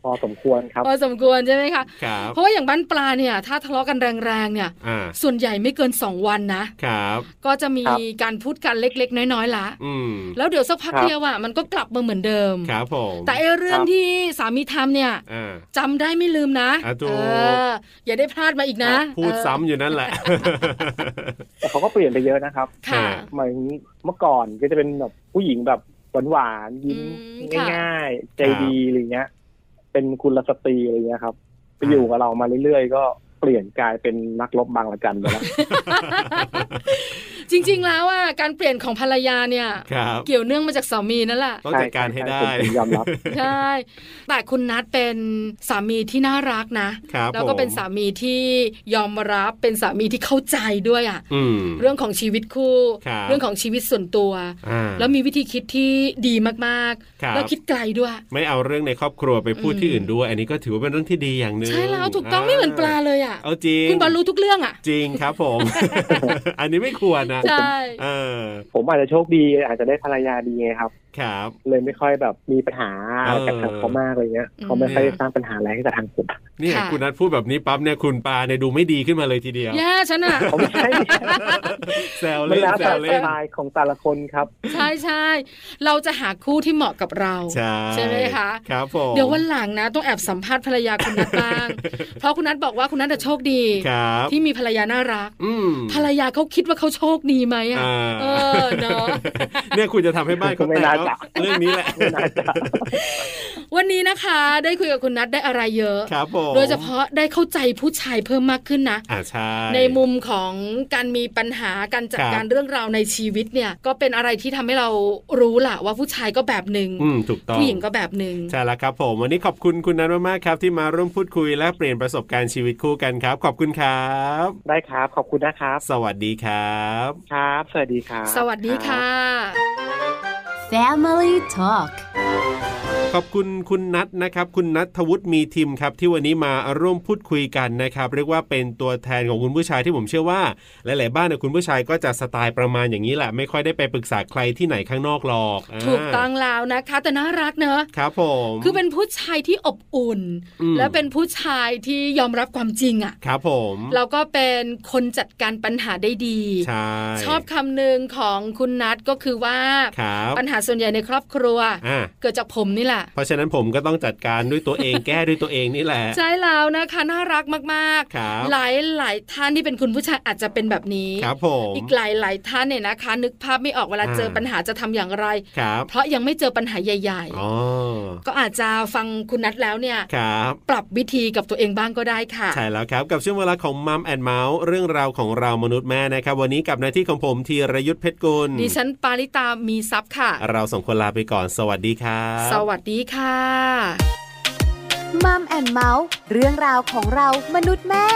Speaker 5: พอสมควรครับ
Speaker 1: พอสมควรใช่ไหมคะ
Speaker 2: ครับ
Speaker 1: เพราะว่าอย่างบ้านปลาเนี่ย ถ้าทะเลาะกันแรงๆเนี่ย
Speaker 2: อ่า
Speaker 1: ส่วนใหญ่ไม่เกินสองวันนะครับ ก็จะมี
Speaker 5: ครับ
Speaker 1: การพูดกันเล็ก ๆ น้อยๆละ
Speaker 2: อืม
Speaker 1: แล้วเดี๋ยวสักพัก
Speaker 5: ครับ
Speaker 1: เดียวอ่ะมันก็กลับมาเหมือนเดิม
Speaker 2: ครับผม
Speaker 1: แต่ไอ้เรื่อง
Speaker 5: ครับ
Speaker 1: ที่สามีทำเนี่ย
Speaker 2: อ่า
Speaker 1: จำได้ไม่ลืมนะ
Speaker 2: อ่ะถูก
Speaker 1: เออ อย่าได้พลาดมาอีกนะ
Speaker 2: พูด
Speaker 1: เออ
Speaker 2: ซ้ำอยู่นั่นแหละ
Speaker 5: แต่เขาก็เปลี่ยนไปเยอะนะครับ
Speaker 1: ค่ะ
Speaker 2: อ่า
Speaker 5: เหมือนเมื่อก่อนก็จะเป็นแบบผู้หญิงแบบหวานๆยิ้ม
Speaker 1: อืมค่ะ
Speaker 5: ง่ายๆ ใจดีอะไรเงี้ย เป็นคุณลสตรีอะไรเงี้ยครับไปอยู่กับเรามาเรื่อยๆ ก็เปลี่ยนกลายเป็นนักรบบางละจันไปแล้ว
Speaker 1: จริงๆแล้วอ่ะการเปลี่ยนของภรรยาเนี่ย
Speaker 2: ครับ
Speaker 1: เกี่ยวเนื่องมาจากสามีนั่นแหละ
Speaker 2: ต้องจัดการให้ได้
Speaker 5: ผมยอมรับ
Speaker 1: ใช่ แต่คุณนัทเป็นสามีที่น่ารักนะ
Speaker 2: ครับ
Speaker 1: แล้วก็เป็นสามีที่ยอมรับเป็นสามีที่เข้าใจด้วยอ่ะ
Speaker 2: อืม
Speaker 1: เรื่องของชีวิตคู่
Speaker 2: ครับ
Speaker 1: เรื่องของชีวิตส่วนตัว
Speaker 2: อ่า
Speaker 1: แล้วมีวิธีคิดที่ดีมาก
Speaker 2: ครับ
Speaker 1: ๆ แล้วคิดไกลด้วย
Speaker 2: ไม่เอาเรื่องในครอบครัวไปพูด
Speaker 1: อืม
Speaker 2: ที่อื่นด้วย อันนี้ก็ถือว่าเป็นเรื่องที่ดีอย่างหนึ่ง
Speaker 1: ใช่แล้วถูกต้องไม่เหมือนปลาเลยอ่ะ
Speaker 2: เอาจริง
Speaker 1: คุณบอลรู้ทุกเรื่องอ่ะ
Speaker 2: จริงครับผม อันนี้ไม่ควรนะ
Speaker 1: ใช่
Speaker 2: เออ
Speaker 5: ผมอาจจะโชคดีอาจจะได้ภรรยาดีไงครับ
Speaker 2: ครับ
Speaker 5: เลยไม่ค่อยแบบมีปัญหา
Speaker 2: เออ
Speaker 5: กับทางเขามากอะไรเงี้ย
Speaker 1: อืม
Speaker 5: เขาไม่ค่อยได้สร้างปัญหาอะไรให้กับทางผม
Speaker 2: เนี่ย
Speaker 1: ค่ะ
Speaker 2: คุณนัทพูดแบบนี้ปั๊บเนี่ยคุณปลาเนี่ยดูไม่ดีขึ้นมาเลยทีเดียว
Speaker 1: แย่ฉันอ่ะ
Speaker 5: เขาไม่ใช่
Speaker 2: แซว
Speaker 5: ไม่
Speaker 2: เล่น
Speaker 5: แล้ว
Speaker 2: แซ
Speaker 5: แต่
Speaker 2: ว
Speaker 5: ส
Speaker 2: เล่น
Speaker 5: ไตล์ของแต่ละคนครับ
Speaker 1: ใช่ใช่เราจะหาคู่ที่เหมาะกับเรา
Speaker 2: ใช่
Speaker 1: ใช่ไหมคะ
Speaker 2: ครับผม
Speaker 1: เดี๋ยววันหลังนะ ต้องแอบสัมภาษณ์ภรรยาคุณนัทบ้าง เพราะคุณนัทบอกว่าคุณนัทอะโชคดี
Speaker 2: ครับ
Speaker 1: ที่มีภรรยาน่ารัก
Speaker 2: อืม
Speaker 1: ภรรยาเขาคิดว่าเขาโชคดีไหมอ่ะ
Speaker 2: อ่า
Speaker 1: เออเนาะ
Speaker 2: เนี่ยคุณจะทำให้บ้านเขา
Speaker 5: ไม่
Speaker 2: แตก
Speaker 5: น่า
Speaker 2: แล้ว
Speaker 5: จะ
Speaker 2: เรื่องนี้แหละ
Speaker 5: ไม่น่าจะ
Speaker 1: วันนี้นะคะ ได้คุยกับคุณนัทได้อะไรเยอะ
Speaker 2: ครับผม
Speaker 1: โดยเฉพาะได้เข้าใจผู้ชายเพิ่มมากขึ้นนะ
Speaker 2: อ่าใช่
Speaker 1: ในมุมของการมีปัญหาการจัด
Speaker 2: ครับ
Speaker 1: การเรื่องราวในชีวิตเนี่ย ก็เป็นอะไรที่ทำให้เรารู้ล่ะว่าผู้ชายก็แบบหนึ่ง
Speaker 2: อืมถูกต้อง
Speaker 1: ผู้หญิงก็แบบหนึ่ง
Speaker 2: ใช่แล้วครับผม วันนี้ขอบคุณคุณนัทมากๆครับ ที่มาร่วมพูดคุยและเปลี่ยนประสบการณ์ชีวิตคู่กันครับ ขอบคุณครับ
Speaker 5: ได้ครับ ขอบคุณนะครับ
Speaker 2: สวัสดีครับ
Speaker 5: ครับ สวัสดีครับ
Speaker 1: สวัสดีค่ะ
Speaker 4: แฟ Family Talk
Speaker 2: ขอบคุณคุณนัทนะครับ คุณนัททวุฒิมีทิมครับ ที่วันนี้มาร่วมพูดคุยกันนะครับ เรียกว่าเป็นตัวแทนของคุณผู้ชายที่ผมเชื่อว่า หลาย ๆ บ้านเนี่ยคุณผู้ชายก็จะสไตล์ประมาณอย่างนี้แหละ ไม่ค่อยได้ไปปรึกษาใครที่ไหนข้างนอกหรอกา
Speaker 1: ถูกต้องแล้วนะคะ แต่น่ารักเนอะ
Speaker 2: ครับผม
Speaker 1: คือเป็นผู้ชายที่อบอุ่น
Speaker 2: อืม
Speaker 1: และเป็นผู้ชายที่ยอมรับความจริงอะ่ะ
Speaker 2: ครับผม
Speaker 1: แล้วก็เป็นคนจัดการปัญหาได้ดี
Speaker 2: ใช่
Speaker 1: ชอบคำหนึ่งของคุณนัทก็คือว่า
Speaker 2: ครับ
Speaker 1: ปัญหาส่วนใหญ่ในครอบครัว
Speaker 2: อ่ะ
Speaker 1: เกิดจากผมนี่แหละ
Speaker 2: เพราะฉะนั้นผมก็ต้องจัดการด้วยตัวเอง แก้ด้วยตัวเองนี่แหละ
Speaker 1: ใช่แล้วนะคะน่ารักมาก
Speaker 2: ครับ
Speaker 1: หลายหลายท่านที่เป็นคุณผู้ชายอาจจะเป็นแบบนี้
Speaker 2: ครับผม
Speaker 1: อีกหลายหลายท่านเนี่ยนะคะ นึกภาพไม่ออกเวลา
Speaker 2: อ่า
Speaker 1: เจอปัญหาจะทำอย่างไร
Speaker 2: ครับ
Speaker 1: เพราะยังไม่เจอปัญหาใหญ่
Speaker 2: อ๋อ
Speaker 1: ๆ ก็อาจจะฟังคุณนัทแล้วเนี่ย
Speaker 2: ครับ
Speaker 1: ปรับวิธีกับตัวเองบ้างก็ได้ค่ะ
Speaker 2: ใช่แล้วครับ กับช่วงเวลาของมัมแอนเมาส์เรื่องราวของเรามนุษย์แม่นะครับ วันนี้กับหน้าที่ของผมธีรยุทธเพชรกุล
Speaker 1: ดิฉันปาริตามีซับค่ะ
Speaker 2: เราส่งคนลาไปก่อนสวัสดีครับ
Speaker 1: สวัสดีค่ะ
Speaker 4: มัมแอนเมาส์เรื่องราวของเรามนุษย์แม่